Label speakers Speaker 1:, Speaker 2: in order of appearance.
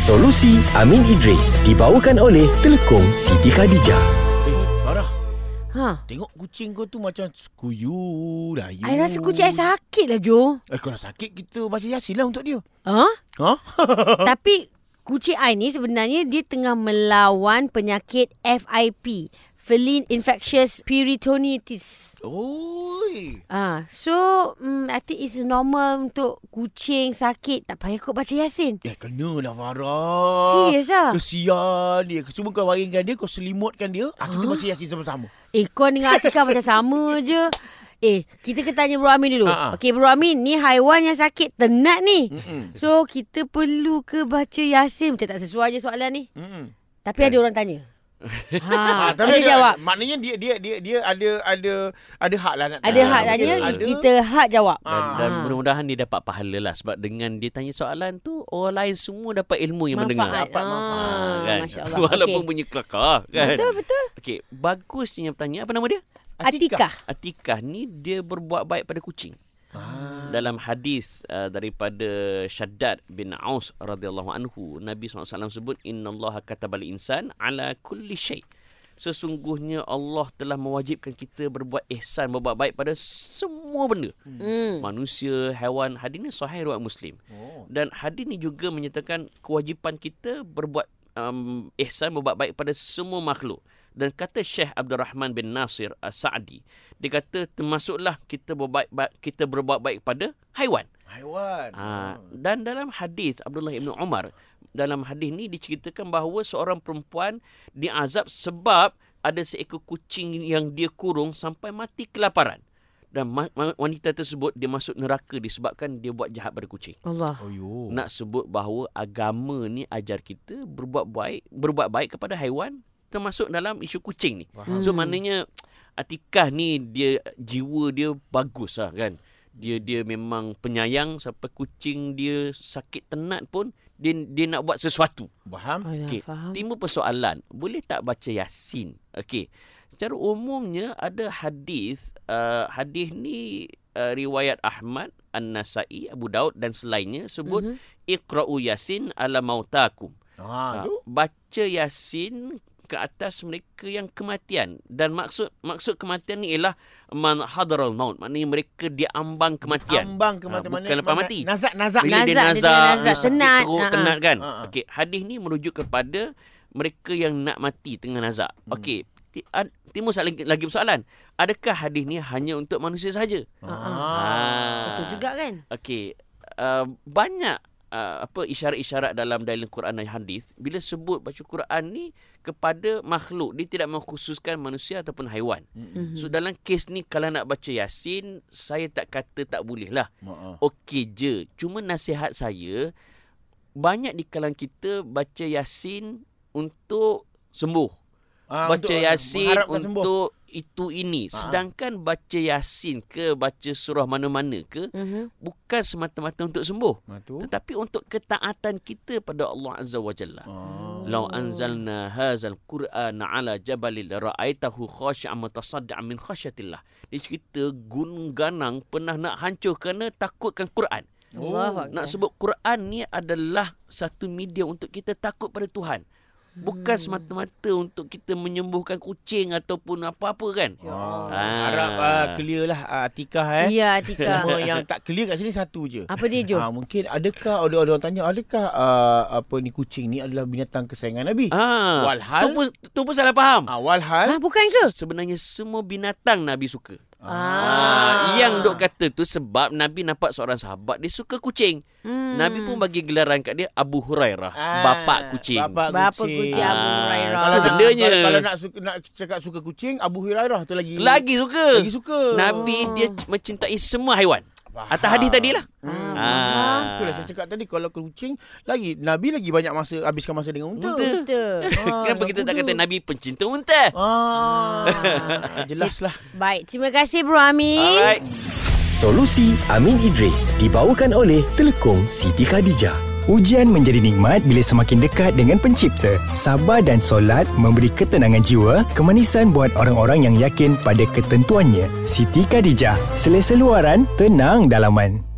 Speaker 1: Solusi Amin Idris dibawakan oleh Telekom Siti Khadijah.
Speaker 2: Eh, Farah,
Speaker 3: Ha.
Speaker 2: tengok kucing kau tu macam kuyu, layu.
Speaker 3: I rasa kucing I sakit lah, Jo.
Speaker 2: Eh, kalau sakit, kita baca yasin lah untuk dia.
Speaker 3: Ha?
Speaker 2: Ha?
Speaker 3: Tapi kucing I ni sebenarnya dia tengah melawan penyakit FIP. Feline Infectious Peritonitis.
Speaker 2: Oi.
Speaker 3: Ah, so mm, I think it's normal untuk kucing sakit tak payah kot baca Yasin.
Speaker 2: Eh, kena lah Farah.
Speaker 3: Serius ah?
Speaker 2: Kesian dia. Cuma kau baringkan dia, kau selimutkan dia. Ha? Kita baca yasin sama-sama.
Speaker 3: Eh kau dengan Atika macam sama je. Eh, kita kena tanya Bro Amin dulu.
Speaker 2: Ha, ha.
Speaker 3: Okey, Bro Amin, ni haiwan yang sakit tenat ni.
Speaker 2: Mm-mm.
Speaker 3: So, kita perlu ke baca Yasin? Macam tak sesuai je soalan ni.
Speaker 2: Mm-mm. Kan? Ah,
Speaker 3: Tapi ada orang tanya. ha, ada
Speaker 2: dia,
Speaker 3: jawab.
Speaker 2: Maknanya dia dia dia dia ada ada ada hak lah nak
Speaker 3: Ada hak
Speaker 2: betul.
Speaker 3: tanya,
Speaker 2: Ada.
Speaker 3: kita hak jawab.
Speaker 4: Dan,
Speaker 2: Ah.
Speaker 4: dan
Speaker 3: Ah.
Speaker 4: mudah-mudahan dia dapat pahala lah Sebab dengan dia tanya soalan tu Orang lain semua dapat ilmu yang mendengar
Speaker 3: Manfaat.
Speaker 2: Dapat manfaat,
Speaker 3: Ah,
Speaker 4: kan?
Speaker 3: Masya Allah.
Speaker 4: Walaupun
Speaker 3: Okey.
Speaker 4: bunyi kelakar kan
Speaker 3: Betul, betul.
Speaker 4: Okey, bagusnya yang bertanya Apa nama dia?
Speaker 3: Atika.
Speaker 4: Atikah ni dia berbuat baik pada kucing. Dalam hadis uh, daripada Shaddad bin Aus radhiyallahu anhu, Nabi SAW sebut innallaha katabal insan ala kulli syai. Sesungguhnya Allah telah mewajibkan kita berbuat ihsan, berbuat baik pada semua benda.
Speaker 3: Hmm.
Speaker 4: Manusia, haiwan, hadis ni sahih riwayat Muslim.
Speaker 2: Oh.
Speaker 4: Dan hadis ni juga menyatakan kewajipan kita berbuat um, ihsan, berbuat baik pada semua makhluk. Dan kata Syekh Abdul Rahman bin Nasir As-Sa'di, dia kata termasuklah kita berbuat baik, kita berbuat baik pada haiwan.
Speaker 2: Haiwan. Oh.
Speaker 4: Ha, dan dalam hadis Abdullah ibn Umar, dalam hadis ni diceritakan bahawa seorang perempuan diazab sebab ada seekor kucing yang dia kurung sampai mati kelaparan. Dan ma- ma- wanita tersebut dia masuk neraka disebabkan dia buat jahat pada kucing
Speaker 3: Allah.
Speaker 2: Oh, yo.
Speaker 4: nak sebut bahawa agama ni ajar kita berbuat baik berbuat baik kepada haiwan termasuk dalam isu kucing ni.
Speaker 2: Faham.
Speaker 4: So maknanya Atikah ni dia jiwa dia bagus lah kan. Dia dia memang penyayang sampai kucing dia sakit tenat pun dia dia nak buat sesuatu.
Speaker 2: Faham?
Speaker 3: Alah,
Speaker 4: Okey.
Speaker 3: faham.
Speaker 4: Timbul persoalan, boleh tak baca Yasin? Okey. Secara umumnya ada hadis, uh, hadis ni uh, riwayat Ahmad, An-Nasai, Abu Daud dan selainnya
Speaker 3: Mhm.
Speaker 4: sebut Iqra'u Yasin ala mautakum.
Speaker 2: Ha,
Speaker 4: Ha,
Speaker 2: tu.
Speaker 4: baca Yasin ke atas mereka yang kematian dan maksud maksud kematian ni ialah man hadaral maut maknanya mereka diambang kematian
Speaker 2: Ambang ke
Speaker 4: Ah,
Speaker 2: mana-mana.
Speaker 4: bukan lepas mati.
Speaker 2: Nazak, nazak.
Speaker 4: bila
Speaker 3: Nazak, dia
Speaker 4: dia nazak,
Speaker 3: tengah nazak,
Speaker 4: dia sakit
Speaker 3: tenat,
Speaker 4: teruk,
Speaker 3: ha-ha.
Speaker 4: tenat kan.
Speaker 2: Ha-ha.
Speaker 4: Okey, hadis ni merujuk kepada mereka yang nak mati tengah nazak. Okey, ti- ad- timbul soalan- lagi persoalan. Adakah hadis ni hanya untuk manusia saja? Ah.
Speaker 3: Betul juga kan?
Speaker 4: Okey, uh, banyak uh, apa isyarat-isyarat dalam dalil Quran dan hadis bila sebut baca Quran ni kepada makhluk, dia tidak mengkhususkan manusia ataupun haiwan.
Speaker 3: Mhm.
Speaker 4: So dalam kes ni kalau nak baca Yasin, saya tak kata tak boleh lah
Speaker 2: Ha.
Speaker 4: okey je. Cuma nasihat saya banyak di kalangan kita baca Yasin untuk sembuh.
Speaker 2: Ah,
Speaker 4: baca Yasin
Speaker 2: mengharapkan sembuh.
Speaker 4: untuk itu ini.
Speaker 2: Ah.
Speaker 4: Sedangkan baca Yasin ke baca surah mana-mana
Speaker 2: Oh.
Speaker 4: ke
Speaker 3: Mhm.
Speaker 4: bukan semata-mata untuk sembuh,
Speaker 2: Ha, tu.
Speaker 4: tetapi untuk ketaatan kita pada Allah Azza wa Jalla.
Speaker 2: Ah.
Speaker 4: Lau anzalna hazal Qur'an ala jabalil ra'aitahu khashi'an mutasaddian min khasyatillah. Dia cerita gunung ganang pernah nak hancur kerana takutkan Quran.
Speaker 2: Oh.
Speaker 3: Allahuakbar.
Speaker 4: Nak sebut Quran ni adalah satu media untuk kita takut pada Tuhan.
Speaker 2: Hmm.
Speaker 4: Bukan semata-mata untuk kita menyembuhkan kucing ataupun apa-apa kan.
Speaker 2: Ah.
Speaker 4: Ah.
Speaker 2: Harap ah, clear lah ah, Atikah eh.
Speaker 3: Ya, Atika.
Speaker 2: Cuma yang tak clear kat sini satu je.
Speaker 3: Apa dia, Jo?
Speaker 2: Ah, mungkin adakah ada orang tanya adakah ah, apa ni kucing ni adalah binatang kesayangan Nabi? Eh,
Speaker 4: Ah,
Speaker 2: Walhal-
Speaker 4: tu pun tu pun salah faham.
Speaker 2: Ah, walhal
Speaker 3: Ah, bukan ke?
Speaker 4: Sebenarnya semua binatang Nabi suka.
Speaker 3: Ah.
Speaker 4: Ah, yang dok kata tu sebab Nabi nampak seorang sahabat dia suka kucing.
Speaker 3: Hmm.
Speaker 4: Nabi pun bagi gelaran kat dia Abu Hurairah,
Speaker 2: Ah,
Speaker 4: bapak kucing.
Speaker 2: Bapak kucing.
Speaker 3: Bapa kucing Abu
Speaker 4: Ah,
Speaker 3: Hurairah.
Speaker 4: Itu
Speaker 2: Kalau nak,
Speaker 4: bendanya.
Speaker 2: Kalau, kalau nak, suka, nak cakap suka kucing, Abu Hurairah tu lagi
Speaker 4: Lagi suka.
Speaker 2: lagi suka.
Speaker 4: Nabi dia c- mencintai semua haiwan.
Speaker 2: Faham.
Speaker 4: Atas hadis lah. tadilah.
Speaker 3: Ah,
Speaker 4: Ah.
Speaker 2: Itulah saya cakap tadi kalau kucing lagi Nabi lagi banyak masa habiskan masa dengan unta.
Speaker 4: Unta.
Speaker 3: Betul.
Speaker 2: Ah,
Speaker 4: Kenapa
Speaker 2: dengan
Speaker 4: kita tak
Speaker 2: kuda.
Speaker 4: kata Nabi pencinta unta?
Speaker 2: Ah,
Speaker 3: Ah.
Speaker 2: jelas lah.
Speaker 3: Baik, terima kasih Bro Amin.
Speaker 4: Alright.
Speaker 1: Solusi Amin Idris dibawakan oleh Telekom Siti Khadijah.
Speaker 5: Ujian menjadi nikmat bila semakin dekat dengan pencipta. Sabar dan solat memberi ketenangan jiwa, kemanisan buat orang-orang yang yakin pada ketentuannya. Siti Khadijah, selesa luaran, tenang dalaman.